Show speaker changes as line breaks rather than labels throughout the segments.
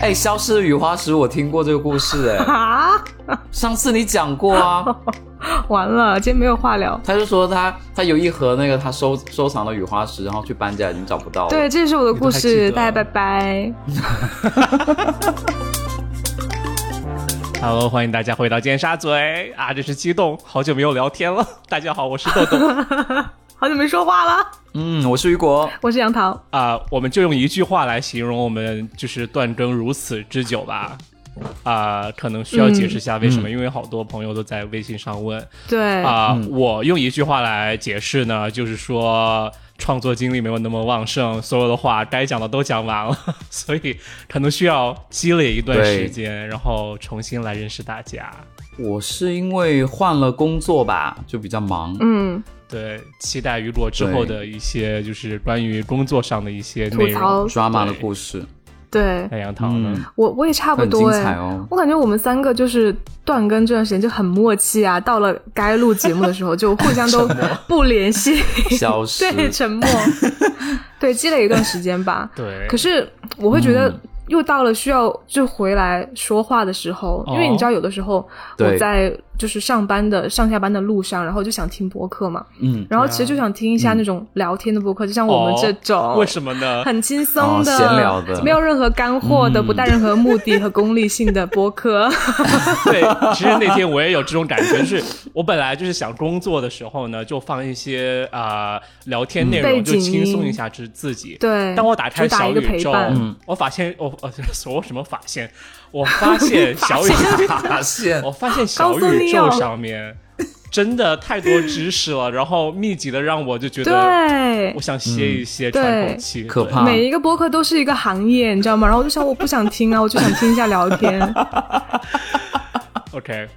哎，消失的雨花石，我听过这个故事、哎，
啊，
上次你讲过 啊。
完了，今天没有话聊。
他就说他他有一盒那个他收收藏的雨花石，然后去搬家已经找不到了。
对，，这是我的故
你
事，
都还
大家拜
记得
拜。
Hello，欢迎大家回到尖沙咀啊！真是激动，好久没有聊天了。 大家好，我是豆豆
好久没说话了，
嗯，我是雨果，
我是杨桃。
啊。我们就用一句话来形容我们就是断更如此之久吧。啊，可能需要解释一下为什么，因为好多朋友都在微信上问
对，
啊。我用一句话来解释呢，就是说创作精力没有那么旺盛，所有的话该讲的都讲完了， 所以可能需要积累一段
对
时间，然后重新来认识大家。
我是因为换了工作吧，就比较忙。
嗯，
对，期待雨果之后的一些就是关于工作上的一些
吐
内容。
槽，
抓马的
对
故事，
对
那杨桃呢？
嗯
我我也差不
很
多
精
哎、
彩哦。
我感觉我们三个就是断更这段时间就很默契啊，到了该录节目的时候就互相都不联系，
消失，
对，沉默， 对，积累一段时间吧。
对，
可是我会觉得，
嗯
又到了需要就回来说话的时候，因为你知道，有的时候我
哦对
在就是上班的上下班的路上，然后就想听播客嘛，
嗯，
然后其实就想听一下那种聊天的播客，就像我们这种，
哦为什么 呢？
很轻松的、
哦闲聊的
没有任何干货的，
嗯
不带任何目的和功利性的 播客。
对，其实那天我也有这种感觉，就是我本来就是想工作的时候呢，就放一些啊、呃聊天内
背
容，
景
就轻松
音
一下自自己。
对，
当我打开
主打
小
一个
宇
陪
宙
伴，
我发现我呃，我什么发现？我发现小宇
发现
我发现小
告诉
宇
你
宙
哦
上面真的太多知识了，然后密集的让我就觉得
对
我。想歇一歇，
对
喘口气。
嗯可
对
怕
每一个播客都是一个行业，你知道吗？然后我就想，我不想听啊，我就想听一下聊 天。
OK，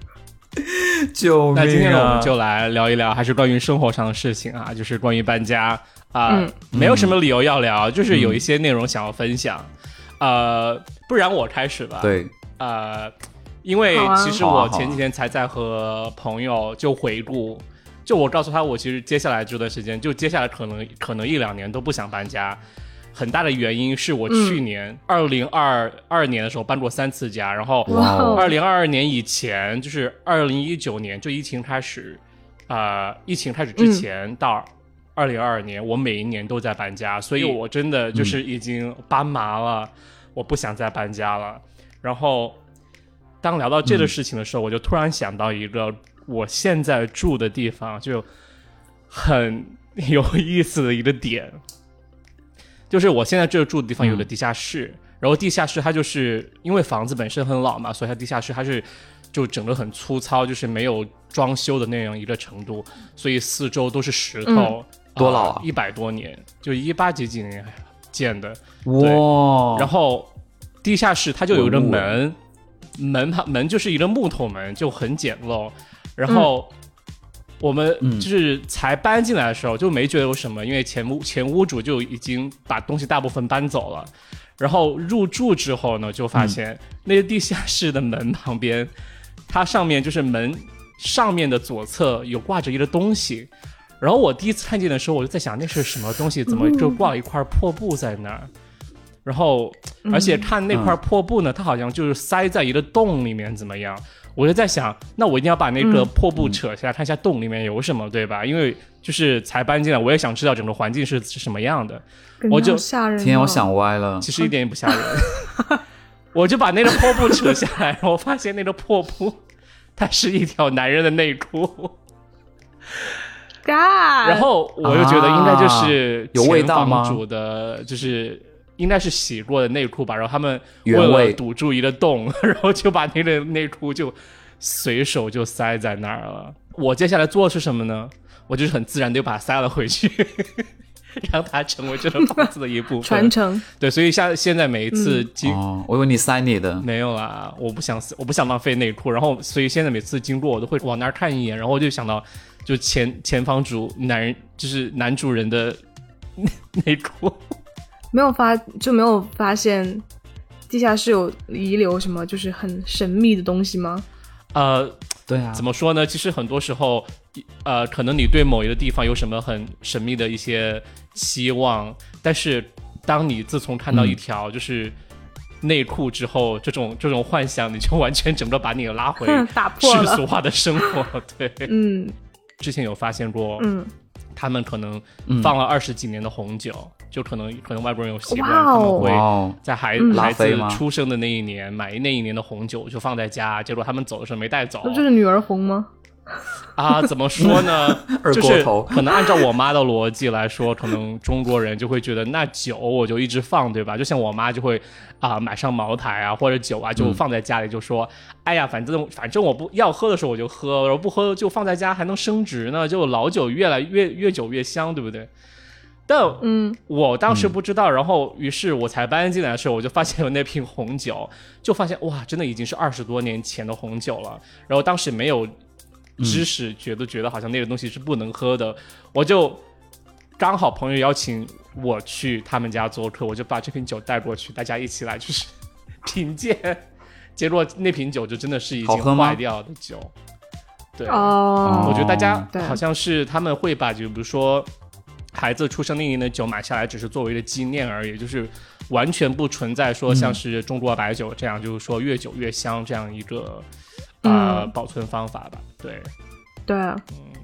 救命、啊！
那今天呢，我们就来聊一聊，还是关于生活上的事情啊，就是关于搬家啊、
嗯
没有什么理由要聊，就是
嗯
有一些内容想要分享。呃，不然我开始吧。，
对，
呃，因为
好啊
其实
好啊
我
好啊
前几天才在和朋友就回顾，就我告诉他，我其实接下来这段时间，就接下来可能可能一两年都不想搬家。很大的原因是我
嗯
去年二零二二年的时候搬过三次家，然后
哇哦
二零二二年以前，就是二零一九年，就疫情开始，啊、疫情开始之前到二零二二年，我每一年都在搬家，所以我真的就是已经搬麻了，我不想再搬家了。然后，当聊到
嗯
这个事情的时候，我就突然想到一个我现在住的地方就很 有意思的一个点，就是我现在这住的地方有个
嗯
地下室，然后地下室它就是因为房子本身很老嘛，所以它地下室它是就整个很粗糙，就是没有装修的那样一个程度，所以四周都是石头，
多老啊
一百多年，就一八几几年建的，
哇，
然后地下室它就有一个
文物
门，门旁门就是一个木头门，就很简陋。然后我们
嗯
就是才搬进来的时候就没觉得有什么，因为前屋前屋主就已经把东西大部分搬走了。然后入住之后呢，就发现那个地下室的门旁边，它上面就是门上面的左侧有挂着一个东西。然后我第一次看见的时候，我就在想那是什么东西，怎么就挂了一块破布在那儿？然后，而且看那块破布呢，它好像就是塞在一个洞里面，怎么样？我就在想，那我一定要把那个破布扯下来，看一下洞里面有什么，对吧？因为就是才搬进来，我也想知道整个环境是是什么样的。
感觉
我就
好吓人、哦。
天，我想歪了，
其实一点也不吓人。我就把那个破布扯下来，我发现那个破布，它是一条男人的内裤。
g o
然后我就觉得应该就是
啊有味
前
道吗
房主的，就是应该是洗过的内裤吧。然后他们为
原
了
味
堵住一个洞， 然后就把那个内裤就随手就塞在那儿了。我接下来做的是什么呢？我就是很自然的又把它塞了回去， 让它成为这个房子的 一部分。
传承，
对，所以像现在每一次经、
哦，我以为你塞你的，
没有啦，我不想我不想浪费内裤，然后所以现在每次经过我都会往那儿看一眼，然后我就想到就前前房主男人就是男主人的内裤，
没有发就没有发现地下室有遗留什么，就是很神秘的东西吗？
呃，
对啊，
怎么说呢？其实很多时候，呃，可能你对某一个地方有什么很神秘的一些期望，但是当你自从看到一条就是内裤之后，这种这种幻想，你就完全整个把你拉回
打 破
世
了
俗化的生活。 对，
嗯
之前有发现过，
嗯，
他们可能
嗯
放了二十几年的红酒，就可能可能外国人有习
哇
惯，他
哦
们
哇
会
哦，
在孩
嗯
孩
拉菲
子
吗？
出生的那一年买那一年的红酒就放在家，结果他们走的时候没带走，
那就是女儿红吗？
啊，怎么说呢
二
就
锅
是
头
可能按照我妈的逻辑来说，可能中国人就会觉得那酒我就一直放，对吧？就像我妈就会啊、买上茅台啊或者酒啊，就放在家里，就说、哎呀，反正反正我不要喝的时候我就喝，然后不喝就放在家还能升值呢，就老酒越来越越久越香，对不对？但
嗯，
我当时不知道，然后于是我才搬进来的时候，我就发现有那瓶红酒， 就发现哇，真的已经是二十多年前的红酒了。然后当时没有知
嗯
识，觉得觉得好像那个东西是不能喝的，我就刚好朋友邀请我去他们家做客，我就把这瓶酒带过去，大家一起来就是 品鉴。结果那瓶酒就真的是已
好喝
经
吗
坏掉的酒，对，我
哦，
觉得大家
对
好像是他们会把，就比如说孩子出生那一年的酒买下来，只是作为一个纪念而已，就是完全不存在
嗯
说像是中国白酒这样，就是说越久越香这样一个呃、
嗯
保存方法吧。对，
对，啊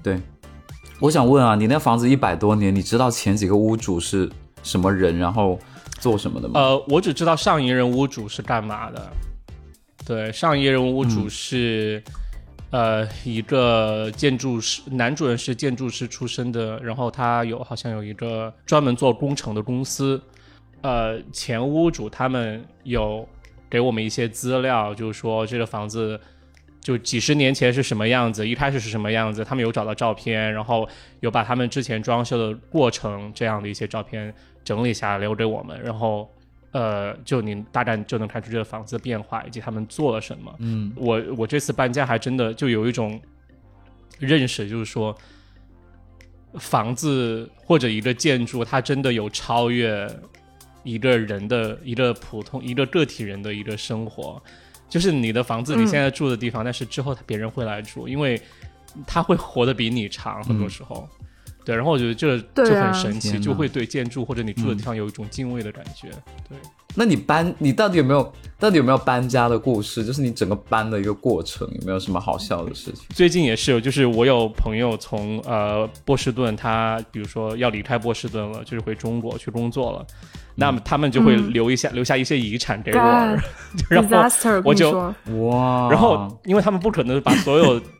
对，我想问啊，你那房子一百多年，你知道前几个屋主是什么人，然后做什么的吗？
呃，我只知道上一任屋主是干嘛的。对，上一任屋
嗯
主是、呃一个建筑师，男主人是建筑师出身的，然后他有好像有一个专门做工程的公司。呃，前屋主他们有给我们一些资料，就是说这个房子就几十年前是什么样子，一开始是什么样子，他们有找到照片，然后有把他们之前装修的过程这样的一些照片整理下来留给我们，然后呃，就您大概就能看出这个房子的变化以及他们做了什么。
嗯，
我我这次搬家还真的就有一种认识，就是说房子或者一个建筑，它真的有超越一个人的一个普通一个个体人的一个生活。就是你的房子，你
嗯
现在住的地方，但是之后他别人会来住，因为他会活得比你长，很多时候。对，然后我觉得这
对
就
啊
很神奇，
天哪嗯
就会对建筑或者你住的地方有一种敬畏的感觉。对，
那你搬，你到底有没有，到底有没有搬家的故事？就是你整个搬的一个过程，有没有什么好笑的事情？
最近也是有，就是我有朋友从呃波士顿，他比如说要离开波士顿了，就是回中国去工作了，那么他们就会
嗯
留一下、留下一些遗产给我，
God
然后
，disaster，
我
跟你
就
说，
哇！
然后因为他们不可能把所有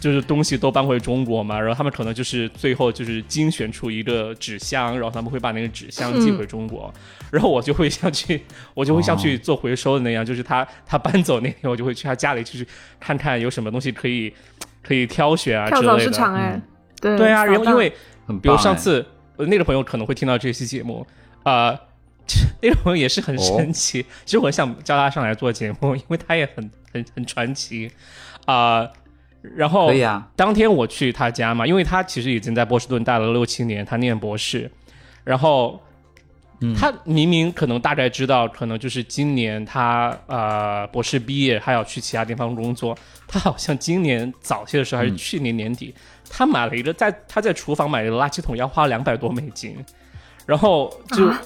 就是东西都搬回中国嘛，然后他们可能就是最后就是精选出一个纸箱，然后他们会把那个纸箱寄回中国，然后我就会像去我就会像去做回收的那样，就是他他搬走那天，我就会去他家里去看看有什么东西可以可以挑选啊
跳
之
蚤
类
市
的。
场哎
嗯，
对
对啊，
扫
然后
荡
因为
很棒，
比如上
哎
次呃那个朋友可能会听到这期节目，呃， 那个朋友也是
哦
很神奇。其实我想叫他上来做节目，因为他也很很很传奇啊、呃然后
可以啊，
当天我去他家嘛，因为他其实已经在波士顿待了六七年，他念博士，然后。
嗯
他明明可能大概知道，可能就是今年他呃博士毕业，还要去其他地方工作。他好像今年早些的时候，还是去年年底，他买了一个在他在厨房买了一个垃圾桶，要花两百多美金，然后就、
啊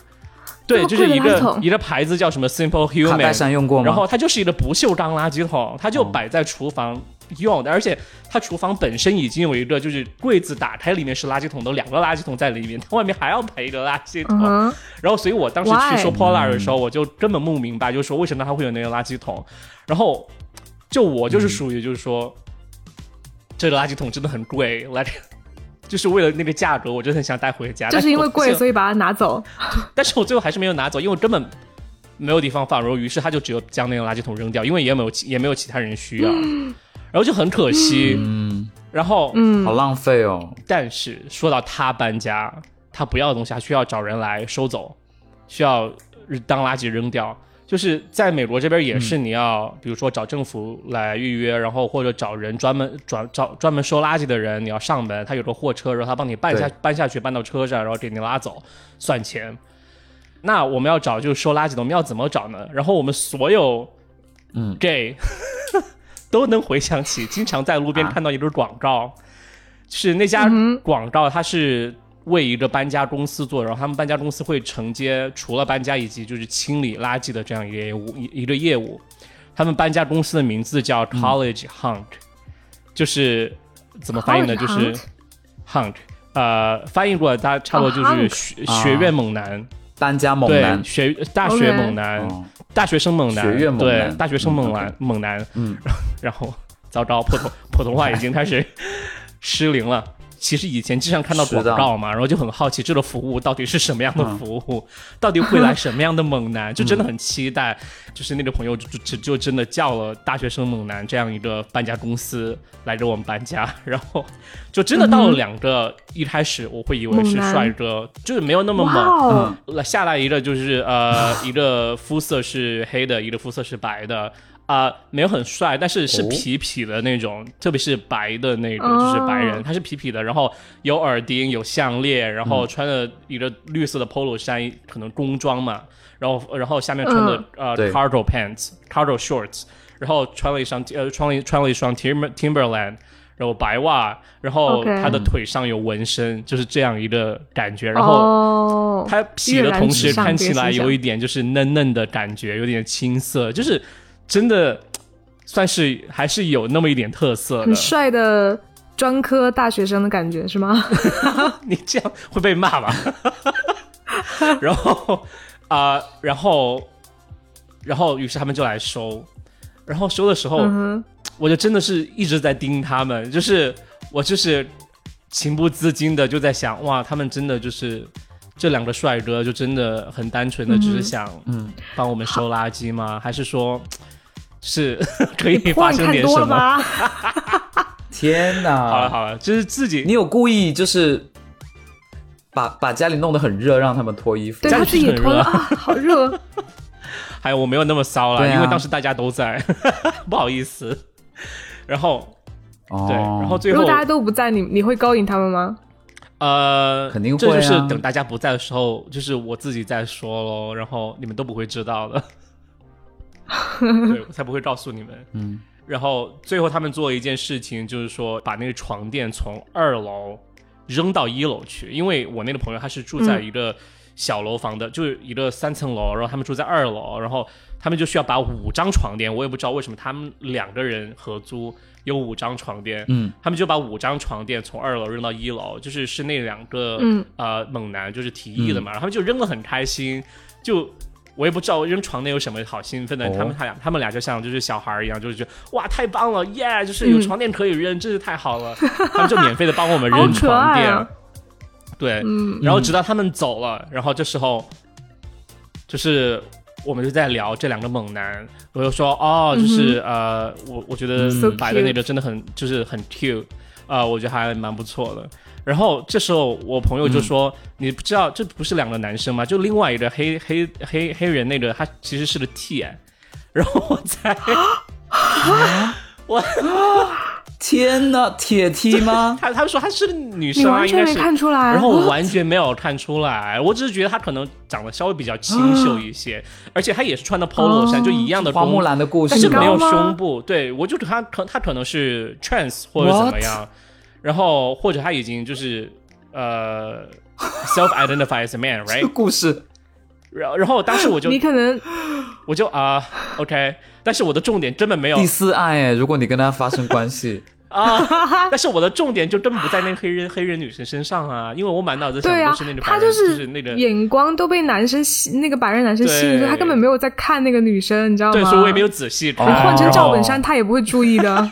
这
对，
么
就
贵
是
的
一
垃圾
个
桶
一个牌子叫什么 Simple
卡戴
哦 Human，
珊用过吗？
然后它就是一个不锈钢垃圾桶，它就
哦
摆在厨房用的，而且它厨房本身已经有一个就是柜子打开，里面是垃圾桶的，两个垃圾桶在里面，它外面还要摆一个垃圾桶。
嗯哼，
然后，所以我当时
Why？
去说 Polar 的时候，我就根本不明白，就是说为什么它会有那个垃圾桶。然后，就我
嗯
就是属于就是说，这个垃圾桶真的很贵，来。 就是为了那个价格，我真的很想带回家。
就
但
是因为
哎我
贵，所以把它拿走。
但是我最后还是没有拿走，因为我根本没有地方放，然后于是他就只有将那个垃圾桶扔掉，因为也没有其也没有其他人需要，然后就很可惜。
嗯，
然后，
嗯
好，浪费哦。
但是说到他搬家，他不要的东西，他需要找人来收走，需要当垃圾扔掉。就是在美国这边也是，你要、比如说找政府来预约，然后或者找人专门转找专门收垃圾的人，你要上门，他有个货车，然后他帮你搬下
对
搬下去，搬到车上，然后给你拉走，算钱。那我们要找就是收垃圾的，我们要怎么找呢？然后我们所有
嗯
gay 都能回想起，经常在路边
啊
看到一个广告，是那家
嗯哼
广告，它是位移着搬家公司做，然后他们搬家公司会承接除了搬家以及就是清理垃圾的这样一个业务一一个业务。他们搬家公司的名字叫
嗯
College Hunt，、就是怎么翻译呢？
College
就是 Hunt，呃，翻译过来它差不多就
哦
是
，Hunt
学、学院猛男，
搬家猛
对，
男，
学大学
OK
猛男。
嗯
大学生猛男，
学院猛男
对，大学生猛男，猛男，
嗯，
然后糟糕，普通 普通话已经 开始失灵了。其实以前经常看到广
是的嗯
告嘛，然后就很好奇这个服务到底是什么样的服务，到底会来什么样的猛男， 就真的很期待。就是那个朋友就就就真的叫了大学生猛男这样一个搬家公司来给我们搬家， 然后就真的
嗯
到了两个，一开始我会以为
猛
是
男
帅哥，就是没有那么
哇
猛，
哦，
来下来一个就是呃，一个肤色是黑的，一个肤色是白的，啊、没有很帅，但是是
哦
痞痞的那种，特别是白的那个，
哦
就是白人，他是痞痞的，然后有耳钉，有项链，然
嗯
后穿着一个绿色的 polo 衫，可能工装嘛，然后然后下面穿的、
嗯
呃
对
cargo pants、cargo shorts，然后穿了一双呃穿了一穿了一双 Timber Timberland。然后白袜，然后
OK
他的腿上有纹身就是这样一个感觉。然后
哦，
它洗的同时
阅览纸上
看起来
别思想
有一点就是嫩嫩的感觉，有点青涩，就是真的算是还是有那么一点特色
很
的。
帅的专科大学生的感觉是吗？
你这样会被骂吧？ 然后啊、然后然后于是他们就来收，然后收的时候，
嗯
我就真的是一直在盯他们，就是我就是情不自禁的就在想，哇，他们真的就是这两个帅哥，就真的很单纯的，只是想
嗯
帮我们收垃圾吗？还是说是 可
哼，
以
哎破
发
案
生
看
点
多
什
了
么？
吧？
天
好了
哪！
好了，就是自己
你有故意就是把把家里弄得很热，让他们脱衣服
对？
家里
他自己也
很
脱
热
了啊，好 热，
还有我没有那么骚啦，
对啊
因为当时大家都在， 不好意思。然后
哦，
对，然后最
如
后
果大家都不在，你你会勾引他们吗？
呃，
肯定会
这
啊
就是等大家不在的时候，就是我自己在说喽，然后你们都不会知道的，对我才不会告诉你们。
嗯，
然后最后他们做了一件事情，就是说把那个床垫从二楼扔到一楼去，因为我那个朋友他是住在一个小楼房的，就是一个三层楼，然后他们住在二楼，然后他们就需要把五张床垫，我也不知道为什么他们两个人合租有五张床垫，
嗯，
他们就把五张床垫从二楼扔到一楼，就是是那两个、
嗯
呃猛男就是提议的嘛，
嗯
然后他们就扔得很开心，就我也不知道扔床垫有什么好兴奋的，
哦
他们他俩他们俩就像就是小孩儿一样，就是觉得哇太棒了耶就是有
嗯
床垫可以扔，真是太好了，他们就免费的帮我们
好
扔
可
床
爱
垫，
啊
对，
嗯，
然后直到他们走了，然后这时候就是我们就在聊这两个猛男，我就说哦，就是、呃，我我觉得
嗯 So
白的那个真的很就是很 cute，呃，我觉得还蛮不错的。然后这时候我朋
嗯
友就说：“你不知道这不是两个男生吗？就另外一个黑黑黑黑人那个，他其实是个 T。”然后我在
天哪，铁梯 吗？
他他们说他是个女
你
生啊，
完
应
全
该
没
是
看出来。
然后我
哦
完全没有看出来，我只是觉得他可能长得稍微比较清秀一些，而且他也是穿的 polo 衫，
啊哦
就一样的
花木
工，
兰的故
但是
事
没
高
有
吗
胸部。对我就他可他可能是 trans 或者怎么样，然后或者他已经就是呃 self identify as a man
这个
哎
right，
故事
然后然后当时我就
你可能
我就啊、OK，但是我的重点根本没有
第四爱
哦
哎，如果你跟他发生关 系，
啊，但是我的重点就根本不在那个黑人黑人女生身上啊，因为我满脑子想
对
的
啊
都是那个，白
他
人
是
是那个
眼光都被男生吸，那个白人男生吸引住，
对
他根本没有在看那个女生，你知道吗？
对，所以我也没有哦仔细看。
你换成
然
赵
后
本山，他也不会注意 的。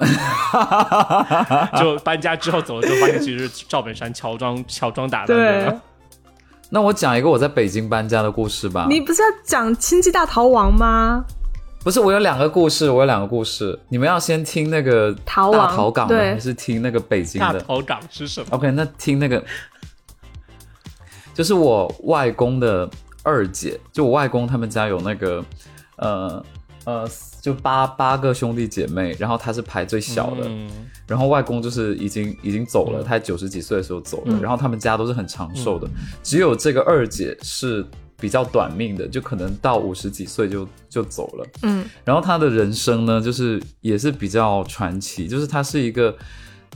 就搬家之后走了之后，发现其实是赵本山乔装 乔装打扮
对
的。，
那我讲一个我在北京搬家的故事吧。
你不是要讲《亲戚大逃亡》吗？
不是，我有两个故事，我有两个故事。你们要先听那个
逃亡
大逃港的，
对
还是听那个北京
大
的
头港是什么？
？OK，那听那 个，就是我外公的二姐，就我外公他们家有那个，呃呃，就八八个兄弟姐妹，然后她是排最小的，
嗯
然后外公就是已经已经走了，
嗯
他九十几岁的时候走了，
嗯
然后他们家都是很长寿的，只有这个二姐是比较短命的，就可能到五十几岁就就走了。
嗯，
然后她的人生呢，就是也是比较传奇，就是她是一个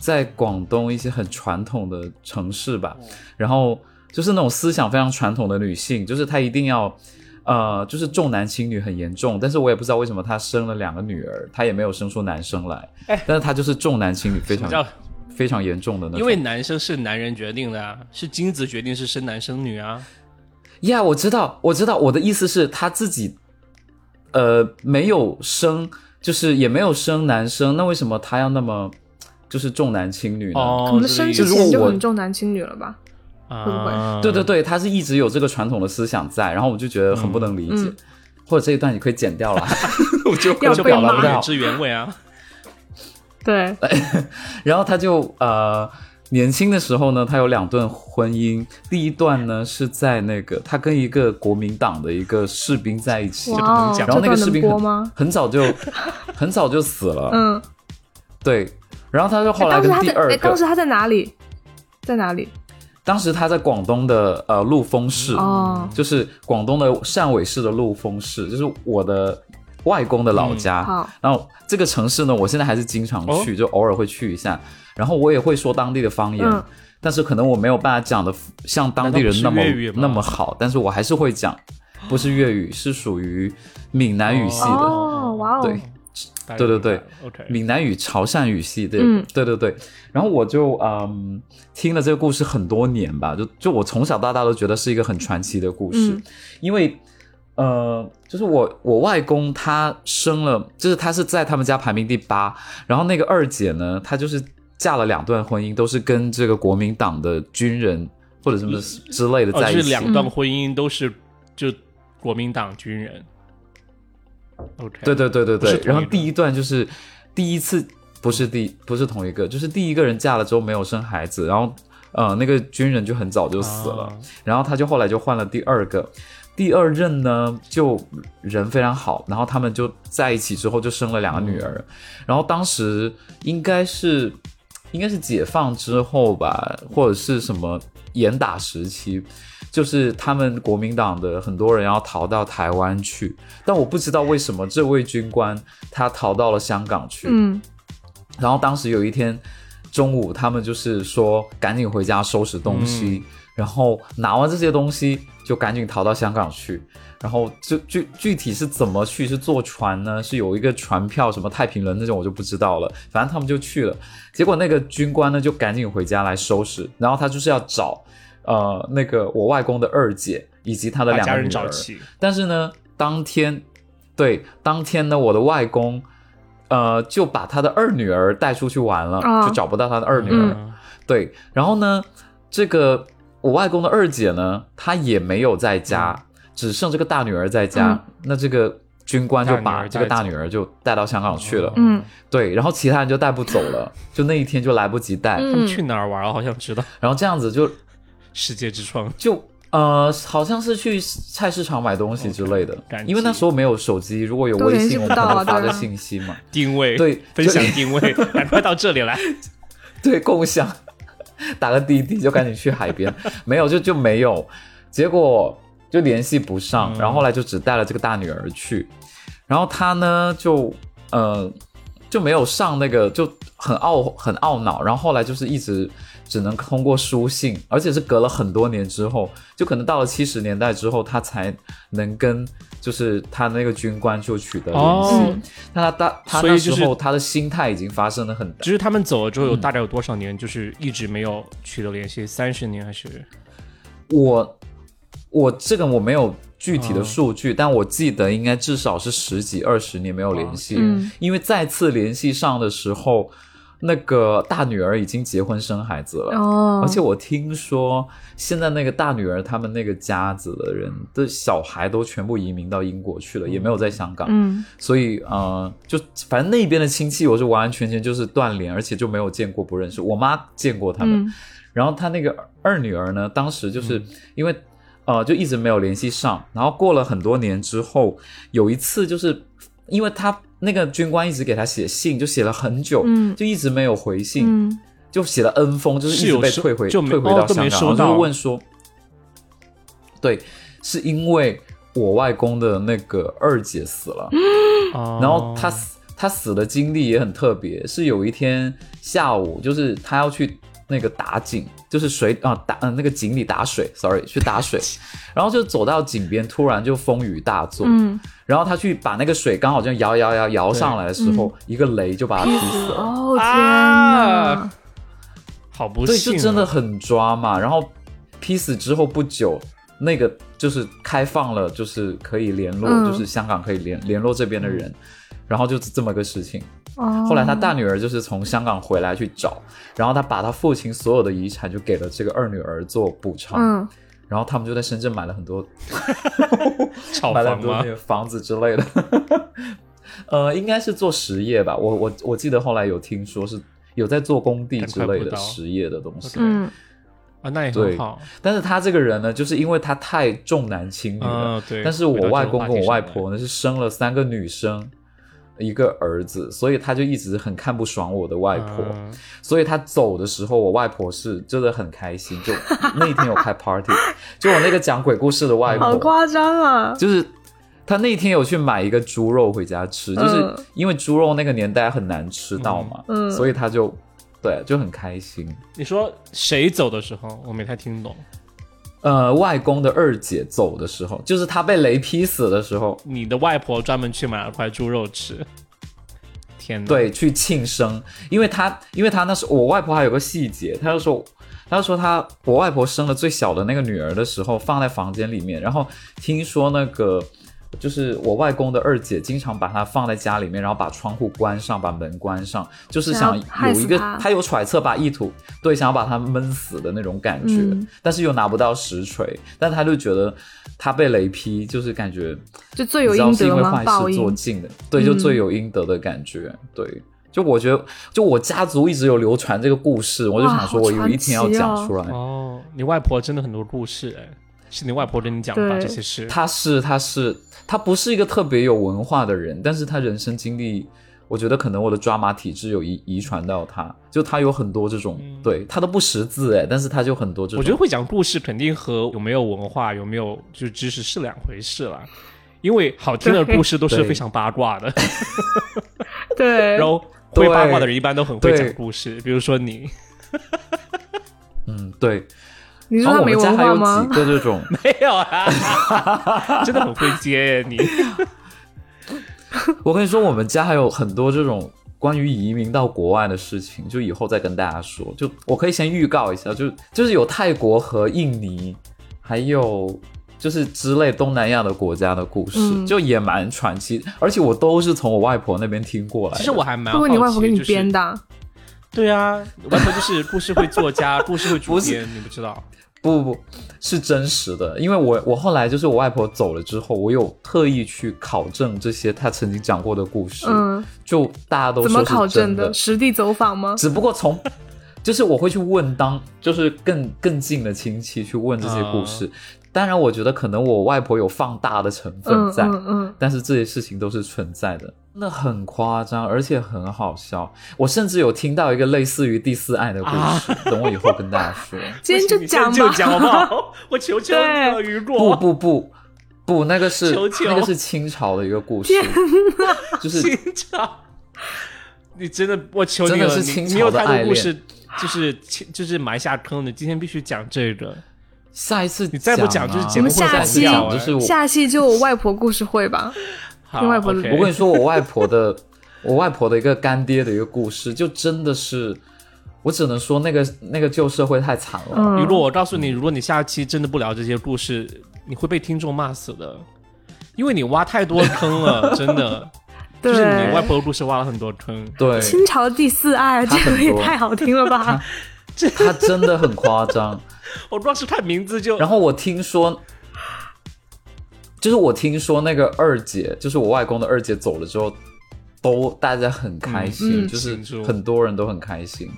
在广东一些很传统的城市吧，然后就是那种思想非常传统的女性，就是她一定要，呃，就是重男轻女很严重。但是我也不知道为什么她生了两个女儿，她也没有生出男生来，但是她就是重男轻女非常
你知道，
非常严重的那种。
因为男生是男人决定的啊，是精子决定是生男生女啊。
呀我知道，我知道，我的意思是他自己，呃，没有生，就是也没有生男生，那为什么他要那么就是重男轻女呢？
哦，
可能生之
就如果
前就
我
很重男轻女了吧？会不会
啊
对对，对，他是一直有这个传统的思想在，然后我就觉得很不能理解。
嗯嗯
或者这一段你可以剪掉了， 我就
要
我就
被
表
骂
达不
原
到。
汁原味啊。
对，
哎
然后他就呃年轻的时候呢，他有两段婚姻，第一段呢是在那个他跟一个国民党的一个士兵在一起，
哇哦，
这
这
然后那个
段
士
能
兵
播
很
吗？
很早就很早就死了，
嗯，
对。然后他就后来
哎当时
跟
他
第
在，
二
哎，
个，
当时他在哪里？在哪里？
当时他在广东的呃陆丰市，
哦，
就是广东的汕尾市的陆丰市，就是我的外公的老家。
好，
然后这个城市呢，我现在还是经常去，
哦
就偶尔会去一下。然后我也会说当地的方言，
嗯
但是可能我没有办法讲的像当地人那
难道
么
不是粤语吗
那么好，但是我还是会讲，不是粤语，是属于闽南语系的。
哦哇哦
对，
大家
对对
明白
对
了，OK，
闽南语潮汕语系对，
嗯
对对对。然后我就嗯听了这个故事很多年吧，就就我从小到大都觉得是一个很传奇的故事，
嗯
因为呃，就是我我外公他生了，就是他是在他们家排名第八，然后那个二姐呢，她就是嫁了两段婚姻，都是跟这个国民党的军人或者什么之类的
哦，
在
就
一
是
起。
两段婚姻都是就国民党军人。OK，
对对对对
不是
对。
同一
然后
个
第一段就是第一次，不是第不是同一个，就是第一个人嫁了之后没有生孩子，然后呃那个军人就很早就死了，
啊
然后他就后来就换了第二个。第二任呢，就人非常好，然后他们就在一起之后就生了两个女儿，然后当时应该是应该是解放之后吧，或者是什么严打时期，就是他们国民党的很多人要逃到台湾去，但我不知道为什么这位军官他逃到了香港去，
嗯，
然后当时有一天中午，他们就是说赶紧回家收拾东
嗯
西，然后拿完这些东西就赶紧逃到香港去。然后就具具体是怎么去？是坐船呢？是有一个船票什么太平轮那种我就不知道了。反正他们就去了。结果那个军官呢就赶紧回家来收拾，然后他就是要找呃那个我外公的二姐以及他的
把
两个
家
女儿。
人找齐，
但是呢，当天，对，当天呢，我的外公，呃，就把他的二女儿带出去玩了，
啊
就找不到他的二女儿。
嗯
对，然后呢，这个我外公的二姐呢，她也没有在家，
嗯
只剩这个大女儿在家。那这个军官就
大女
把
儿
这个
带走
大女儿就带到香港去了。
嗯，
对，然后其他人就带不走了，就那一天就来不及带。
嗯
他们去哪儿玩儿？我好想知道。
然后这样子就
世界之窗，
就呃，好像是去菜市场买东西之类的
OK，感激
因为那时候没有手机，如果有微信，
都联系
我
不
们
到啊
会发
对
个
啊
信息嘛，
定位
对
分
就
享定 位，赶快到这里来。
对，共享， 打个滴滴就赶紧去海 边，没有就就没有，结果就联系不上，
嗯
然后后来就只带了这个大女儿去，然后她呢就呃就没有上那个，就很懊很懊恼，然后后来就是一直只能通过书信，而且是隔了很多年之后，就可能到了七十年代之后，她才能跟就是她那个军官就取得联系。
哦
嗯
那她大她
所以
那
就
时
是
候她的心态已经发生了很大。
就是他们走了之后，有大概有多少年，就是一直没有取得联系？三十年还是？
我我这个我没有具体的数据，但我记得应该至少是十几二十年没有联系，
嗯
因为再次联系上的时候，那个大女儿已经结婚生孩子了。
哦，
而且我听说，现在那个大女儿他们那个家子的人的小孩都全部移民到英国去了，也没有在香港，
嗯，
所以呃，就反正那边的亲戚我是完完全全就是断联，而且就没有见过不认识。我妈见过他们，
嗯
然后他那个二女儿呢，当时就是
嗯
因为、呃就一直没有联系上，然后过了很多年之后，有一次就是因为他那个军官一直给他写信，就写了很久，
嗯
就一直没有回信，
嗯，
就写了 N 封，就是一直
有
被
收
退回
就没
退回
哦
到
都
香
没
港，
收
然后
到
就问说，对，是因为我外公的那个二姐死了，
哦
然后他死他死的经历也很特别，是有一天下午，就是他要去那个打井，就是水啊打嗯、那个井里打水，sorry 去打水，然后就走到井边，突然就风雨大作，
嗯，
然后他去把那个水刚好这样摇摇摇摇上来的时候，一个雷就把他劈死了。
哦天
啊
哪，
好不
对，
幸、
就
啊，
真的很抓嘛。然后劈死之后不久，那个就是开放了，就是可以联络，
嗯
就是香港可以联联络这边的人。然后就是这么个事情。
哦，
后来他大女儿就是从香港回来去找，然后他把他父亲所有的遗产就给了这个二女儿做补偿。
嗯，
然后他们就在深圳买了很多
炒
买了
房
很多
吗
那？个房子之类的。 呃，应该是做实业吧。我我我记得后来有听说是有在做工地
赶
之
快
类
不
的
到
实业的东西。
嗯，
啊，那也
对
很好。
但是他这个人呢，就是因为他太重男轻女了。
嗯，对。
但是我外公跟我外
回到这个话题上来，
婆呢是生了三个女生，一个儿子，所以他就一直很看不爽我的外婆。
嗯
所以他走的时候，我外婆是真的很开心。就 那一天有开 party，就我那个讲鬼故事的外
好
婆，
夸张啊，
就是他那天有去买一个猪肉回家吃，就是
嗯
因为猪肉那个年代很难吃到嘛，
嗯嗯
所以他就对就很开心。
你说谁走的时候，我没太听懂。
呃，外公的二姐走的时候，就是他被雷劈死的时候，
你的外婆专门去买了块猪肉吃，天哪！，
对，去庆生，因为他，因为他那时候我外婆还有个细节，她就说，她就说她我外婆生了最小的那个女儿的时候放在房间里面，然后听说那个就是我外公的二姐经常把她放在家里面，然后把窗户关上，把门关上，就是
想
想
要害
有
死
一个
她
她有揣测把意图，对，想要把她闷死的那种感觉，
嗯
但是又拿不到实锤，但她就觉得她被雷劈，就是感觉。
就罪有
你知道
应
是因
得
为
吗？
坏
报
事做
应，
尽的，对，就
嗯
罪有应得的感觉，对。就我觉得，就我家族一直有流传这个故事，我就想说，
好
我有一
传奇
天要讲
哦
出来。
哦，你外婆真的很多故事哎，是你外婆跟你讲吧
对
这些事。
他是，他是，他不是一个特别有文化的人，但是他人生经历，我觉得可能我的抓马体质有遗遗传到他，就他有很多这种，
嗯
对他都不识字哎，但是他就很多这种。
我觉得会讲故事肯定和有没有文化、有没有就是知识是两回事了，因为好听的故事都是
对
非常八卦的，
对
然，后会
对
八卦的人一般都很会
对
讲故事，比如说你
嗯，对。
你说
然后
他
我
没
们家
文
还有
化吗
几？个这种，
没有啊，
啊
真的很会接耶 你。
我跟你说，我们家还有很多这种关于移民到国外的事情，就以后再跟大家说。就我可以先预告一下，就就是有泰国和印尼，还有就是之类东南亚的国家的故事，
嗯
就也蛮传奇，而且我都是从我外婆那边听过来的。
其实我还蛮
会不会
好奇，
你外婆给你
就是
编的啊？
对啊，外婆就是故事会 作家，故事会主编，你不知道。
不不不是真实的，因为我我后来就是我外婆走了之后，我有特意去考证这些她曾经讲过的故事，
嗯，
就大家都
怎
说
么
是
考
真
证的？实地走访吗？
只不过从，就是我会去问当，就是更更近的亲戚去问这些故事。当然，我觉得可能我外婆有放大的成
嗯
分在，
嗯嗯，
但是这些事情都是存在的。那很夸张，而且很好笑。我甚至有听到一个类似于第四爱的故事，等我以后跟大家说。
今天就讲
就
吧，
讲好 不好？我求求你了，
对
雨
不
果。
不不不，那个是
哦求求
那个是清朝的一个故事， 就是
清朝，你真的，我求你
真
了，
的是清
你
朝的
你有太
爱
多
恋
故事，就是 就是埋下坑的，今天必须讲这个。
下一次
你再不
讲
讲
啊、
就是节目
我们
会
下
死
期
掉
讲
哎。
就是我
下期就有外婆故事会吧。
好
另外不
OK
我跟你说，我外婆的，我外婆的一个干爹的一个故事，就真的是，我只能说那个那个旧社会太惨了。
嗯，
雨果，我告诉你，如果你下期真的不聊这些故事，你会被听众骂死的，因为你挖太多坑 了，真的。就
对
是你外婆的故事挖了很多坑。
对，
清朝第四爱，
他
这
很
个也
多
太好听了吧？
她真的很夸 张。
我光是看名字就
然后我听说，就是我听说那个二姐，就是我外公的二姐走了之后，都大家很开心，
嗯嗯
就是
庆祝
很多人都很开心。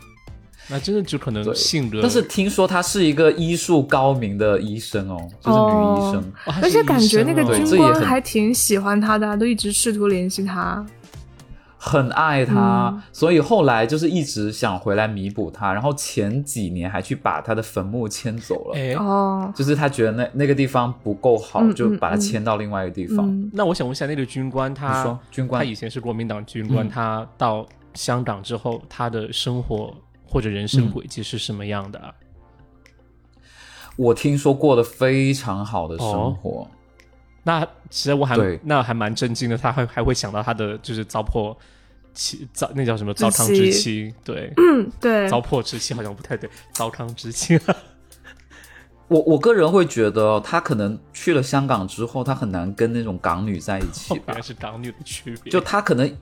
那真的就可能
对
性格，
但是听说她是一个医术高明的医生哦，就是女医生。哦
哇
而且感觉那个
对
军
这也
官
很
还挺喜欢他的啊，都一直试图联系他。
很爱他，
嗯
所以后来就是一直想回来弥补他，然后前几年还去把他的坟墓迁走了，
哎，
哦，
就是他觉得那那个地方不够好，
嗯
就
嗯
把他
嗯
迁到另外一个地方。
嗯，
那我想问一下，那个军官
你
他
说军
他
官
以前是国民党军官，
嗯
他到香港之后，他的生活或者人
嗯
生轨迹是什么样的啊？
我听说过的非常好的生活，
哦
那其实我还
对
那还蛮震惊的，他还还会想到他的就是糟粕妻糟那叫什么糟糠
之妻
之妻，对，
嗯对，
糟粕之妻好像不太对，糟糠 之妻。
我我个人会觉得他可能去了香港之后，他很难跟那种港女在一起吧
哦
原来，是港女的区别，
就他可能。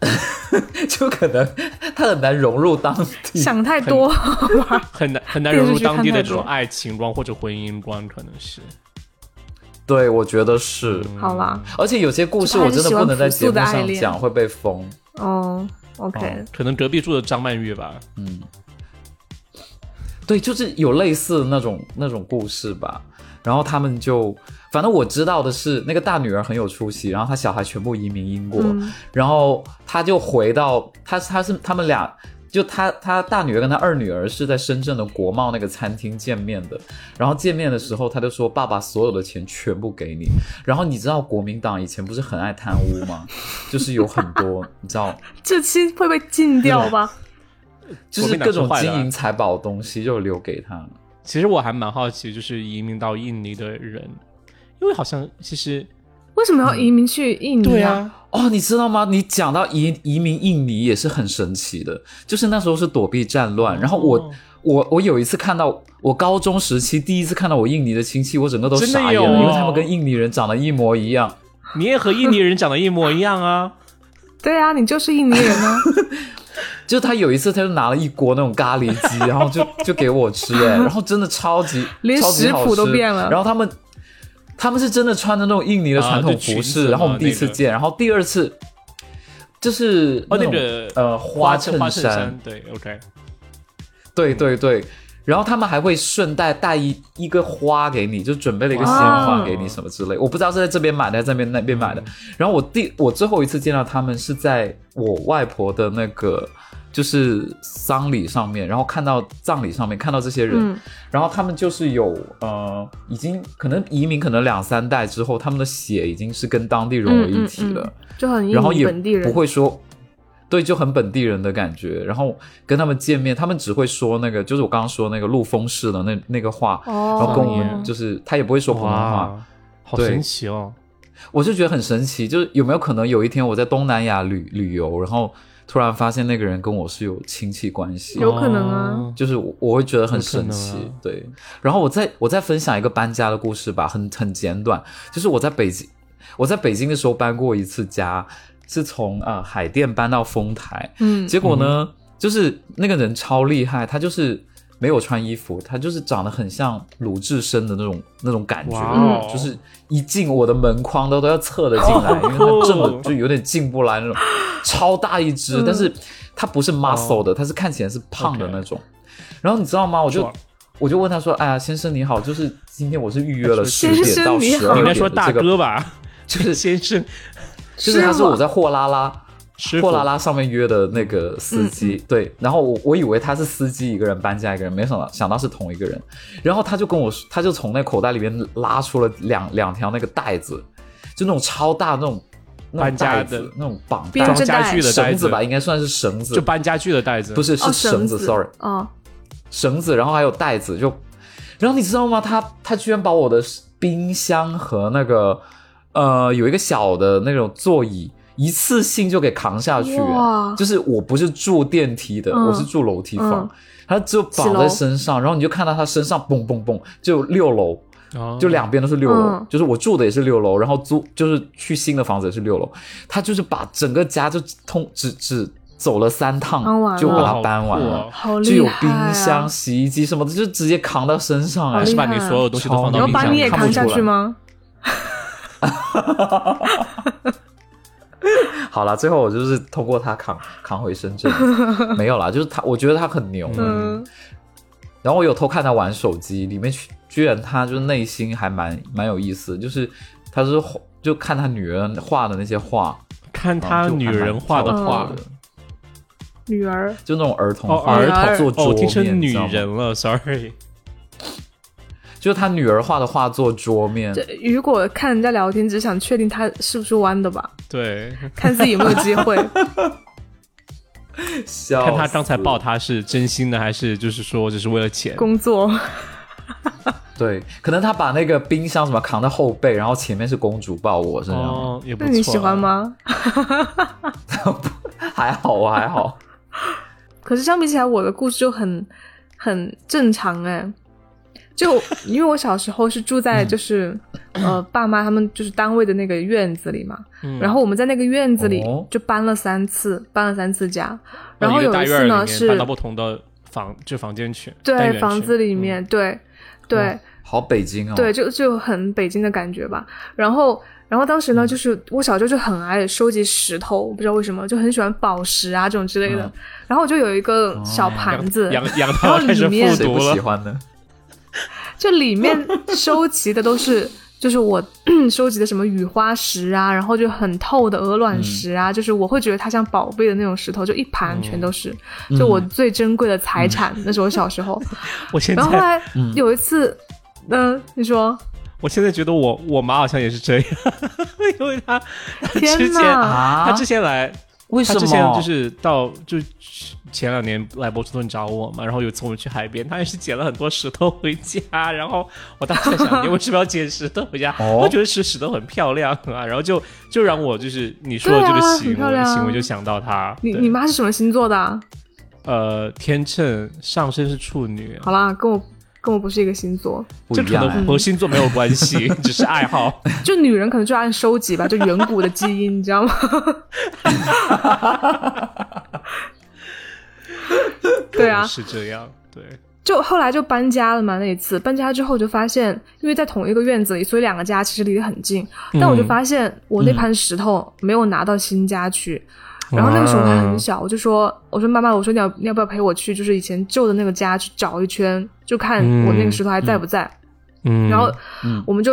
就可能 他很难融入当地，
想太多，
很难很难
电
融
视
入
剧
当
看
地的
太
这种
多
爱情观或者婚姻观，可能是。
对我觉得是，
好啦，
而且有些故事
嗯就
我
他还
真的
是喜
不
欢
能在
朴素
节目
的爱
上
恋
讲，会被封。
哦，OK，
哦可能隔壁住的张曼玉吧，
对，就是有类似那种那种故事吧。然后他们就，反正我知道的是，那个大女儿很有出息，然后她小孩全部移民英国，
嗯
然后她就回到她她是他们俩。就她她大女儿跟她二女儿是在深圳的国贸那个餐厅见面的，然后见面的时候，她就说：“爸爸所有的钱全部给你。”然后你知道国民党以前不是很爱贪污吗？ 就是有很多，你知道，
这期会被禁掉吧？
就是各种金银财宝的啊东西就留给他。
其实我还蛮好奇，就是移民到印尼的人，因为好像其实
为什么要移民去印尼啊？，
哦，你知道吗？你讲到移移民印尼也是很神奇的，就是那时候是躲避战乱，然后我、
哦
我我有一次看到我高中时期第一次看到我印尼的亲戚，我整个都
真的
傻眼
有
了，
哦
因为他们跟印尼人长得一模一样。
你也和印尼人长得一模一样啊。
对啊，你就是印尼人啊，
就是他有一次，他就拿了一锅那种咖喱鸡，然后就 就给我吃、哎， 然后真的超级
连
超级好
食谱都
吃
变了
然后他们他们是真的穿着那种印尼的传统服
啊就裙子
饰，
嘛
然后我们第一次见，然后第二次就是
哦，那
种
个
呃
花
衬
花衬衫，对，OK，
对对对。然后他们还会顺带带一一个花给你，就准备了一个鲜花给你什么之类。我不知道是在这边买的，还是在那边那边买的。然后我第我最后一次见到他们是在我外婆的那个就是丧礼上面，然后看到葬礼上面看到这些人，
嗯
然后他们就是有呃，已经可能移民可能两三代之后，他们的血已经是跟当地融为一体了，
嗯就很印
然后
尼
也
本地
不。
人
会说。对，就很本地人的感觉。然后跟他们见面，他们只会说那个，就是我刚刚说那个陆丰式的那那个话，然后跟我
哦
们就是他也不会说普通话，
哇，好
对
神奇哦。
我就觉得很神奇，就是有没有可能有一天我在东南亚旅旅游，然后突然发现那个人跟我是有亲戚关系，
有可能啊
哦
就是我我会觉得很神
有
奇
可能啊，
对。然后我再我再分享一个搬家的故事吧，很很简短，就是我在北京，我在北京的时候搬过一次家，是从呃海淀搬到丰台，
嗯，
结果呢，就是那个人超厉害，他就是没有穿衣服，他就是长得很像鲁智深的那种那种感觉，
哇哦
就是一进我的门框都都要侧着进 来，因为他这么就有点进不来那种，超大一
嗯
只，但是他不是 muscle 的，他是看起来是胖的
哦 OK
那种。然后你知道吗？我就
Sure。
我就问他说：“哎呀，先生你好，就是今天我是预约了十
先生
点到
你
十
好
二点
你应
的
该说大
这个
哥吧，
就是
先生，
就是他是我在货拉拉
师傅嗯
货拉拉上面约的那个司机，对，然后我我以为他是司机一个人搬家一个人，没想到想到是同一个人，然后他就跟我说，他就从那口袋里面拉出了两两条那个带子，就那种超大那种那种
搬家
带
的
子那种绑
编
带
装
织
家具的袋
绳
子
子吧，应该算是绳子
就，搬家具的袋子，
不是是
哦绳
绳子，sorry，
哦，
绳子，然后还有袋子，就，然后你知道吗？他他居然把我的冰箱和那个呃有一个小的那种座椅一次性就给扛下去
哇，
就是我不是住电梯的，
嗯
我是住楼梯房，
嗯
他就绑在身上，然后你就看到他身上蹦蹦蹦，就六楼，
哦，
就两边都是六楼，
嗯
就是我住的也是六楼，然后租就是去新的房子也是六楼，他就是把整个家就通只只走了三
搬完
趟
了
就把
哇
它搬完了。
好酷哦
好
就有
厉害
冰
啊！
箱、洗衣机什么的，就直接扛到身上哎
好
是
厉。害
把你所有东西都放
你
到
要
冰
把
箱
你
里
也
看不
扛
出
下去
来
吗？
好啦，最后我就是通过他扛扛回深 圳，没有啦，就是他，我觉得他很牛。
嗯，
然后我有偷看他玩手机，里面居居然他就是内心还蛮蛮有意思，就是他是画就看他女儿画的那些画，
看他女人画的画
嗯，
女儿，
就那种儿童
哦
画
儿
他做
童
桌
哦，
面，
听成
你
女
知道吗
人了，sorry。
就是他女儿画的画做桌面
这，雨呃果看人家聊天，只想确定他是不是弯的吧，
对，
看自己有没有 机会。
笑
看他刚才
死
抱他是真心的，还是就是说只是为了钱？
工作，
啊对，可能他把那个冰箱什么扛在后背，然后前面是公主抱我是这样，
哦，也不
那
错。
你喜欢？吗？
还好我还好，
可是相比起来，我的故事就很很正常哎、就因为我小时候是住在
嗯
就是、呃爸妈他们就是单位的那个院子里嘛，
嗯
然后我们在那个院子里
哦
就搬了三次，搬了三次家，然
哦
后
一个
有
大院
次
儿
呢
里面
是
搬到不同的房，就房间去，单元
对
去嗯
房子里面、对对、
好北京哦，
对，就就很北京的感觉吧，然后。然后当
嗯
时呢，就是我小时候就很爱收集石头，我不知道为什么就很喜欢宝石啊这种之类的。
嗯
然后我就有一个
哦
小盘子，
嗯养养
然后
到开始
里面
复
谁
读
不喜
了，
欢呢？
这里面收集的都是， 就是我 收集的什么雨花石啊，然后就很透的鹅卵石
嗯
啊，就是我会觉得它像宝贝的那种石头，就一盘全都是，
嗯
就我
嗯
最珍贵的财产。那是我小时候，
我 现
然后后
嗯 在
来有一次，嗯、你说，
我现在觉得我我妈好像也是这样，因为她她
天
之前
哪
啊
她之前来
为
他
什
之前
么？
就是到就前两年来波士顿找我嘛，然后有一次我们去海边，他也是捡了很多石头回家，然后我当时在想，你为什么要捡石头回家？
哦
我觉得石石头很漂亮啊， 然后就就让我就是你说的这个
对啊很
行
漂
为、
亮啊
行为就想到他，
你
对
你妈是什么星座的啊、
呃天秤上身是处女，
好啦，跟我跟我不是一个星座，
不
这
一
可
样
能
哎，
和星座没有关系， 只是爱好。
就女人可能就按收集 吧，就远古的基因，你知道吗？对啊，
是这样，对，
就后来就搬家了嘛，那一次搬家之后就发现，因为在同一个院子里，所以两个家其实离得很近。但我就发现我那盘石头没有拿到新家去，然后那个时候我还很小，我就说我说妈妈，我说你要你要不要陪我去，就是以前旧的那个家去找一圈，就看我那个石头还在不在。
嗯，
然后
嗯
我们就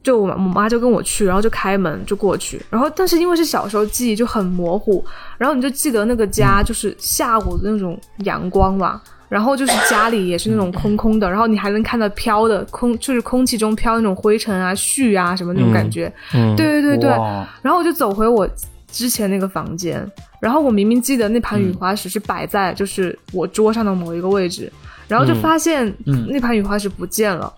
就我妈我妈就跟我去，然后就开门就过去，然后但是因为是小时候记忆就很模糊，然后你就记得那个
嗯
家就是下午的那种阳光嘛。然后就是家里也是那种空空的，然后你还能看到飘的空，就是空气中飘那种灰尘啊、絮啊什么那种感觉。
嗯
对对对对，
哇
然后我就走回我之前那个房间，然后我明明记得那盘雨花石是摆在就是我桌上的某一个位置，然后就发现
嗯
那盘雨花石不见了。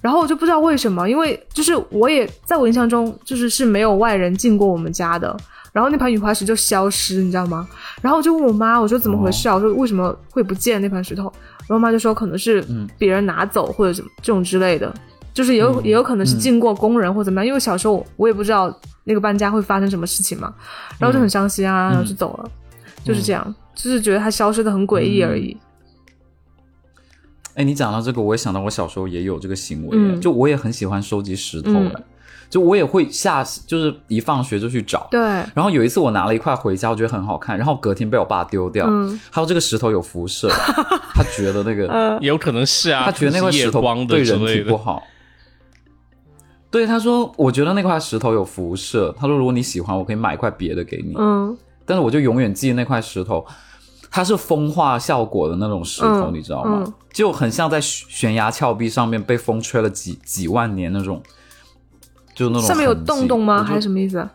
然后我就不知道为什么，因为就是我也在我印象中，就是是没有外人进过我们家的。然后那盘雨花石就消失，你知道吗？然后我就问我妈，我说怎么回
哦
事啊？我说为什么会不见那盘石头？然后我妈就说可能是
嗯
别人拿走或者什么这种之类的。就是也
嗯
有、也有可能是进过工人或怎么样，因为小时候我也不知道那个搬家会发生什么事情嘛，
嗯
然后就很伤心啊，然后就走了，就是这样，就是觉得它消失的很诡异而已。
嗯
哎，你讲到这个，我也想到我小时候也有这个行为，
嗯
就我也很喜欢收集石头
嗯
哎就我也会下就是一放学就去找。
对，
然后有一次我拿了一块回家，我觉得很好看，然后隔天被我爸丢掉。
嗯
他说这个石头有辐射，他觉得那个
呃，
也有可能是啊，
他觉得那块
是夜
石头
光的
对
之
人体
类的
不好。对，他说，我觉得那块石头有辐射。他说，如果你喜欢，我可以买一块别的给你。
嗯，
但是我就永远记得那块石头，它是风化效果的那种石头，
嗯
你知道吗？
嗯
就很像在悬悬崖峭壁上面被风吹了几几万年那种，就那种
上面有
痕迹
洞洞
我
吗？
就
还是什么意思？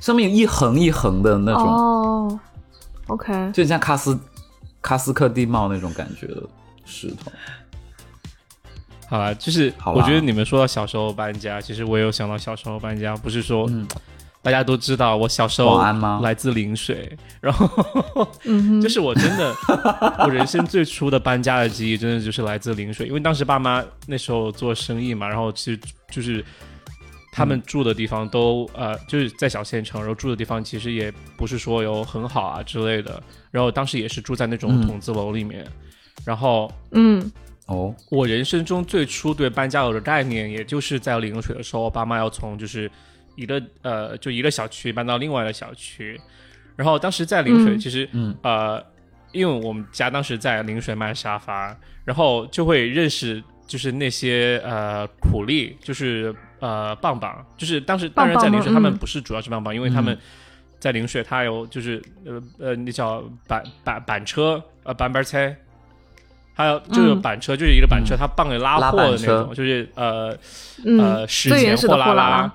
上面有一横一横的那种，
哦，OK，
就很像喀斯喀斯克地貌那种感觉的石头。
好啦，就是
好啦
我觉得你们说到小时候搬家，其实我也有想到小时候搬家，不是说、大家都知道我小时候
嗯保安吗
来自陵水，然后
嗯哼，
就是我真的我人生最初的搬家的记忆，真的就是来自陵水，因为当时爸妈那时候做生意嘛，然后其实就是。他们住的地方都、
嗯
呃，就是在小县城，然后住的地方其实也不是说有很好啊之类的。然后当时也是住在那
嗯
种筒子楼里面，然后
嗯
哦，
我人生中最初对搬家有的概念，也就是在陵水的时候，我爸妈要从就是一个呃就一个小区搬到另外一个小区，然后当时在陵水，
嗯
其实、
嗯
呃，因为我们家当时在陵水卖沙发，然后就会认识就是那些呃苦力，就是呃棒棒，就是当时当然在
棒棒
陵水他
吗
们
嗯
不是主要是棒棒，因为他们
嗯
在陵水他有就是呃呃那叫板板板车呃板板车。还有就是
嗯
板车，就是一个板车，它棒给拉
拉
货的
板
那
车
种，就是呃
嗯
呃，，史
最
前
原始
货
的货
拉
拉 拉，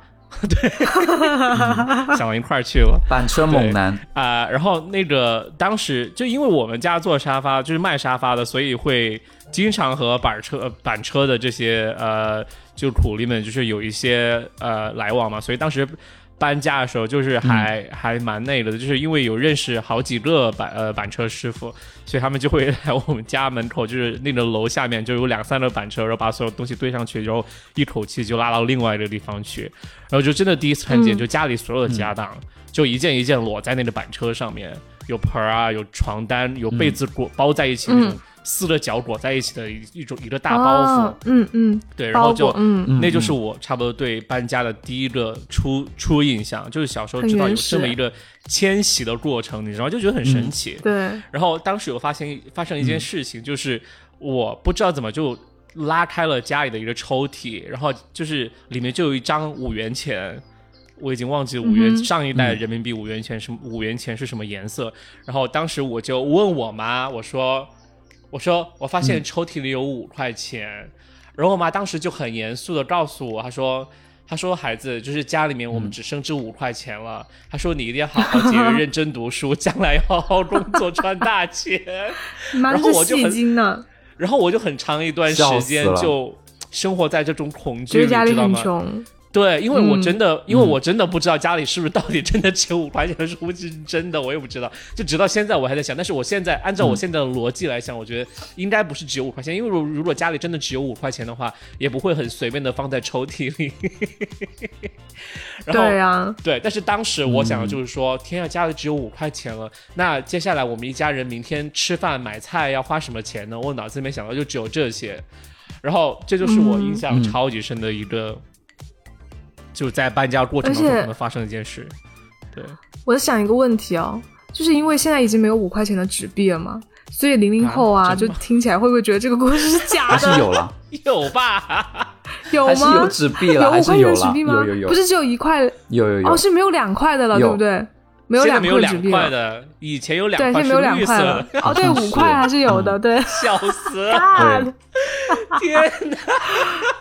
拉，想到一块儿去了。
板车猛男，
啊、然后那个当时就因为我们家做沙发就是卖沙发的，所以会经常和板车呃板车的这些呃就苦力们就是有一些呃来往嘛，所以当时搬家的时候就是还、还蛮那个的，就是因为有认识好几个板呃板车师傅，所以他们就会来我们家门口，就是那个楼下面就有两三个板车，然后把所有东西堆上去，然后一口气就拉到另外一个地方去，然后就真的第一次看见，
嗯
就家里所有的家当、就一件一件摞在那个板车上面，有盆儿啊，有床单，有被子裹、包在一起那种。四个角裹在一起的一一种一个大包袱，
哦嗯嗯，
对，然
包
后
裹
就
嗯
嗯
那就是
嗯
我差不多对搬家的第一个初初印象，就是小时候
很
知道有
原
这么
始
一个迁徙的过程，你知道吗？就觉得很
嗯
神奇。
对，
然后当时有发现发生一件事情，就是我不知道怎么就拉开了家里的一个抽屉，然后就是里面就有一张五元钱。我已经忘记五元、
嗯哼
上一代人民币五元钱什么五元钱是什么颜色，然后当时我就问我妈，我说，我说我发
嗯
现抽屉里有五块钱，然后我妈当时就很严肃的告诉我，她说，她说孩子，就是家里面我
嗯
们只剩这五块钱了，她说你一定要好好节约，认真读书，将来要好好工作，赚大钱。
你妈
然后
是
我就
戏
很
精呢，
然后我就很长一段时间
笑死了
就生活在这种恐
觉
惧
得
里，
家里
知道
很
吗？
穷，
对，因为我
嗯
真的，因为我真的不知道家里是不是到底真的只有五块钱，是不是真的，我也不知道。就直到现在我还在想，但是我现在按照我现在的逻辑来想，我觉得应该不是只有五块钱，因为如如果家里真的只有五块钱的话，也不会很随便的放在抽屉里。 然
对
后
啊呀，
对，但是当时我想的
嗯
就是说，天啊，家里只有五块钱了，那接下来我们一家人明天吃饭买菜要花什么钱呢？我脑子里面想到就只有这些，然后这就是我印象
嗯
超级深的一个，就在搬家过程当中
而且
可能发生的一件事。 对，
我在想一个问题哦，就是因为现在已经没有五块钱的纸币了嘛，所以零零
啊
后啊，
真的
就
吗
听起来会不会觉得这个故事是假
还是
的？
有了，
有吧？
有
还是有
吗？
纸币了，
有
还
五
是
块
有
钱的纸
了，
币吗？
有有有
不，是只有一块，
有有有
哦，，是没有两块的了，
有
对不对？没
现在
两
没有
块纸
两
币
块
了，
的，以前有两
对，现
块
在
是
没有两
绿色
块了
的，。
哦，对，
好像
五块
是
还是有的，对。
笑死！
啊，
对
天哪，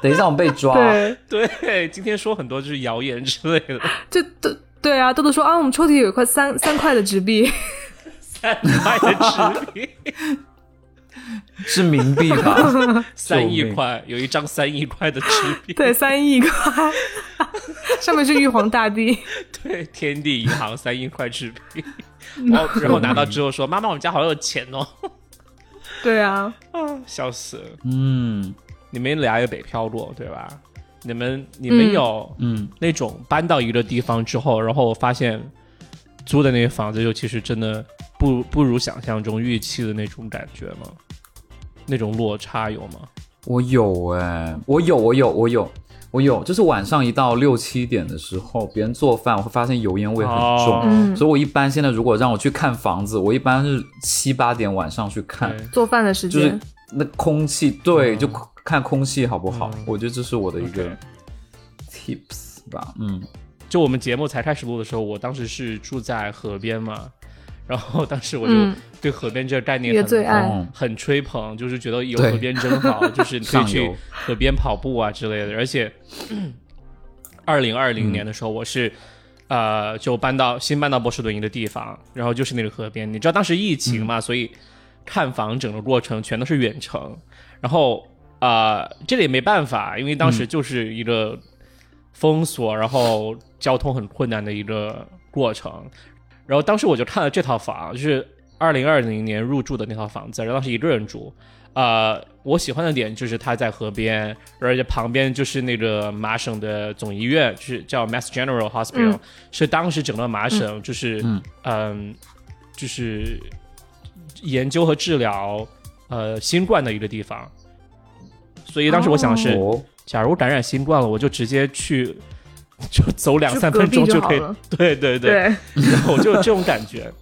等一下我们被抓，
对，
对，今天说很多就是谣言之类的，
就都对啊，豆豆说啊，我们抽屉有一块三三块的纸币，
三块的 纸币。
是冥币吧？
三亿
救命
块，有一张三亿块的纸币，
对，三亿块， 上面是玉皇大帝，
对，天地银行三亿块纸币，
嗯
然后然后拿到之 后说：“妈妈，我们家好有钱哦。
对啊，”
啊，笑死了！
嗯
你们俩也北漂过对吧？你们你们
嗯
有
嗯，
那种搬到一个地方之后，然后发现租的那个房子就其实真的不不如想象中预期的那种感觉吗？那种落差有吗？
我有哎、我有我有我有我有，就是晚上一到六七点的时候，别人做饭，我会发现油烟味很重。
哦
嗯，
所以，我一般现在如果让我去看房子，我一般是七八点晚上去看，
对
做饭的时
就
间，
是那空气，对，
嗯
就看空气好不好。
嗯
我觉得这是我的一个
OK
tips 吧，嗯，
就我们节目才开始录的时候，我当时是住在河边嘛，然后当时我就
嗯
对河边这个概念
你的
很
最爱
嗯
很吹捧，就是觉得有
对
河边真好，就是你可以
上
去
游
河边跑步啊之类的。而且， 二零二零年的时候，我是、呃就搬到新搬到波士顿一个地方，然后就是那个河边。你知道当时疫情
嗯
嘛，所以看房整个过程全都是远程。然后呃，这个也没办法，因为当时
嗯
就是一个封锁，然后交通很困难的一个过程。然后当时我就看了这套房，就是二零二零年入住的那套房子，然后当时一个人住。呃，我喜欢的点就是它在河边，而且旁边就是那个麻省的总医院，就是叫 Mass General Hospital，、
嗯
是当时整个麻省就是嗯、就是研究和治疗呃新冠的一个地方。所以当时我想的是，
哦，
假如感染新冠了，我就直接去，就走两三分钟
就隔壁就
可以
好了。
对对对，
对，
然后我就有这种感觉，然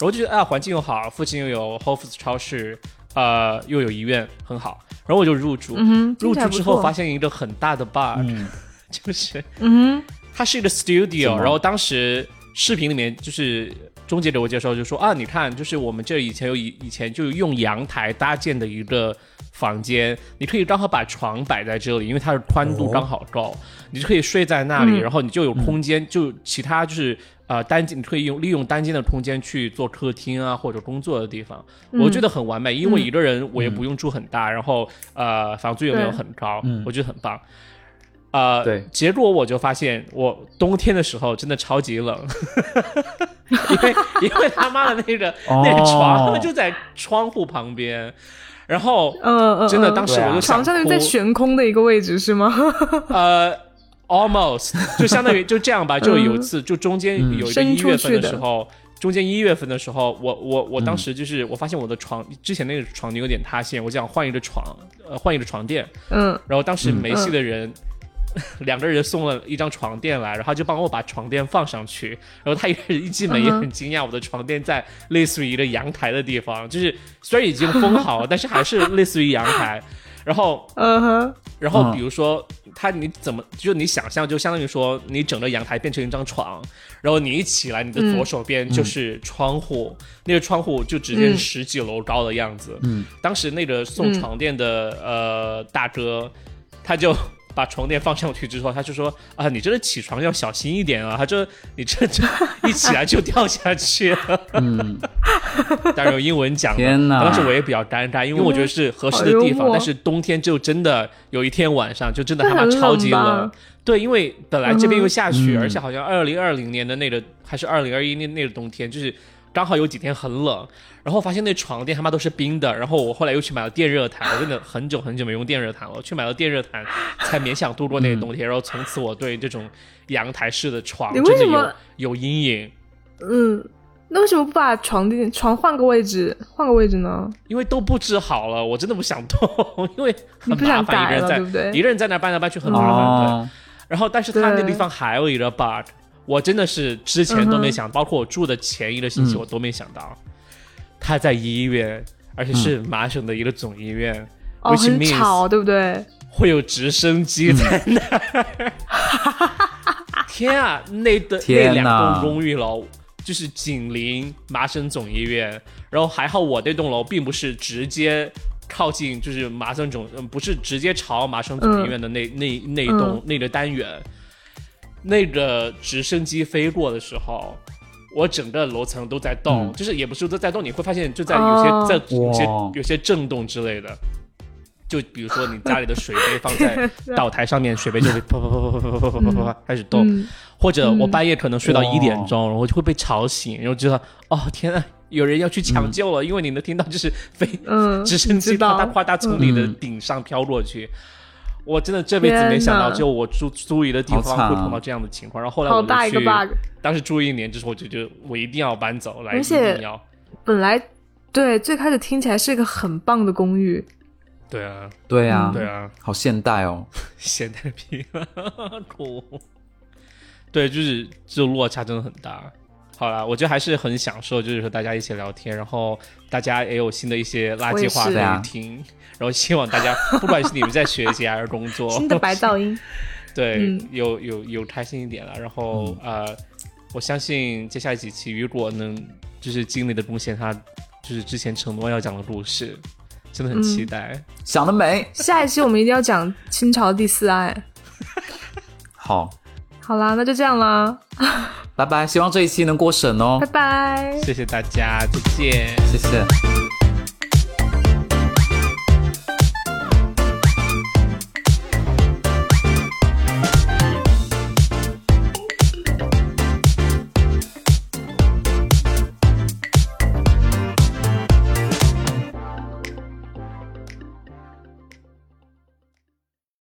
后就觉得啊，环境又好，附近又有 Whole Foods 超市，呃，又有医院，很好。然后我就入住，
嗯哼，听
入
起来
住
不
之后
错
发现一个很大的 bar，、
嗯，
就是
嗯
它是一个 studio，
么
然后当时视频里面就是终结者我介绍就说啊，你看，就是我们这以前有以以前就用阳台搭建的一个房间，你可以刚好把床摆在这里，因为它的宽度刚好高，你就可以睡在那里，
嗯
然后你就有空间，就其他就是。呃，单间你可以用利用单间的空间去做客厅啊，或者工作的地方，我觉得很完美，因为一个人我也不用住很大，然后呃，房租也没有
对
很高，
嗯
我觉得很棒。呃，
对
结果我就发现，我冬天的时候真的超级冷， 因 为因为他妈的那个、
哦
那个床他们就在窗户旁边，然后
嗯嗯嗯，
真的当时
啊
我就
床
想哭，
上那个在悬空的一个位置是吗？
呃，almost 就相当于就这 样吧，就有一次就中间
嗯
有
嗯
一个
伸
一
出
月份
去
的
的
时候，中间一月份的时候，我我我
嗯
当时就是我发现我的床之前那个床有点塌陷，我想换一个床，呃，换一个床垫，
嗯
然后当时梅西的人。两个人送了一张床垫来，然后就帮我把床垫放上去。然后他一开始一进门
嗯
也
哼
很惊讶，我的床垫在类似于一个阳台的地方，就是虽然已经封好了，但是还是类似于阳台。然后
嗯哼，
然后
嗯
比如说，他你怎么就你想象，就相当于说你整个阳台变成一张床，然后你一起来，你的左手边就是窗户，那个窗户就直接是
嗯
十几楼高的样子。
嗯，
当时那个送
嗯
床垫的、呃大哥，他就。把床垫放上去之后，他就说：“啊，你这个起床要小心一点啊！他这你这这一起来就掉下去了。”
嗯，
当然有英文讲的。
天哪
当时我也比较尴尬，因为我觉得是合适的地
好幽
方，
默
但是冬天就真的有一天晚上就真的他妈
那很冷
超级冷
吧。
对，因为本来这边又下雪，
嗯
而且好像二零二零年的那个还是二零二一年那个冬天，就是刚好有几天很冷，然后发现那床垫他妈都是冰的，然后我后来又去买了电热毯，我真的很久很久没用电热毯了，我去买了电热毯才勉强度过
嗯
那个冬天，然后从此我对这种阳台式的床
你
真
为
的
什么
有有阴影。
嗯，那为什么不把床垫床换个位置，换个位置呢？
因为都布置好了，我真的不想动， 因为很
你不
麻
想
烦，
改
一个人
了，
在
对不对？
一个人在那搬来搬去很麻烦。对。
哦，
然后，但是他那个
对
地方还有一个 bug，我真的是之前都没想，包括我住的前一个星期，
嗯
我都没想到，他在医院，而且是麻省的一个总医院、
哦，
w h i
很
c h means
吵，对不对？
会有直升
嗯
机在那儿。 天啊，那的那
天
两
哪
栋公寓楼就是紧邻麻省总医院，然后还好我那栋楼并不是直接靠近，就是麻省总，嗯不是直接朝麻省总医院的那、
嗯
那那一栋、那个单元，那个直升机飞过的时候。我整个楼层都在动，
嗯
就是也不是都在动，你会发现就在有些、
哦
在有些
哇
有些震动之类的，就比如说你家里的水杯放在岛台上面，水杯就会啪啪啪啪啪啪啪啪啪啪开始动，
嗯，
或者我半夜可能睡到
哇
一点钟，然后就会被吵醒，然后知道哦天啊，有人要去抢救了，因为你能听到就是飞
嗯
直升机
知道
啪嗒啪嗒从你的
嗯
顶上飘过去。我真的这辈子没想到，
天哪
就我住租一个地
好
方
惨啊
会碰到这样的情况。然后后来我
好
就
大一个
去
bug。
当时住一年之后，我就觉得我一定要搬走，来
而
一
且
定要。
本来对最开始听起来是一个很棒的公寓，
对啊，
对啊，
对啊。
好现代哦，
咸太平了， 苦。对，就是这落差真的很大。好啦，我觉得还是很享受，就是和大家一起聊天，然后大家也有新的一些垃圾话
我也
是啊
可以听，然后希望大家，不管是你们在学习还是工作，
新的白噪音。
对，
嗯
有有有开心一点了。然后、呃，我相信接下来几期如果能就是尽力的贡献他就是之前承诺要讲的故事，真的很
嗯
期待。
想得美，
下一期我们一定要讲清朝第四爱。
好，
好啦，那就这样啦，
拜拜，希望这一期能过审哦
拜，拜。
谢谢大家，再见。
谢谢。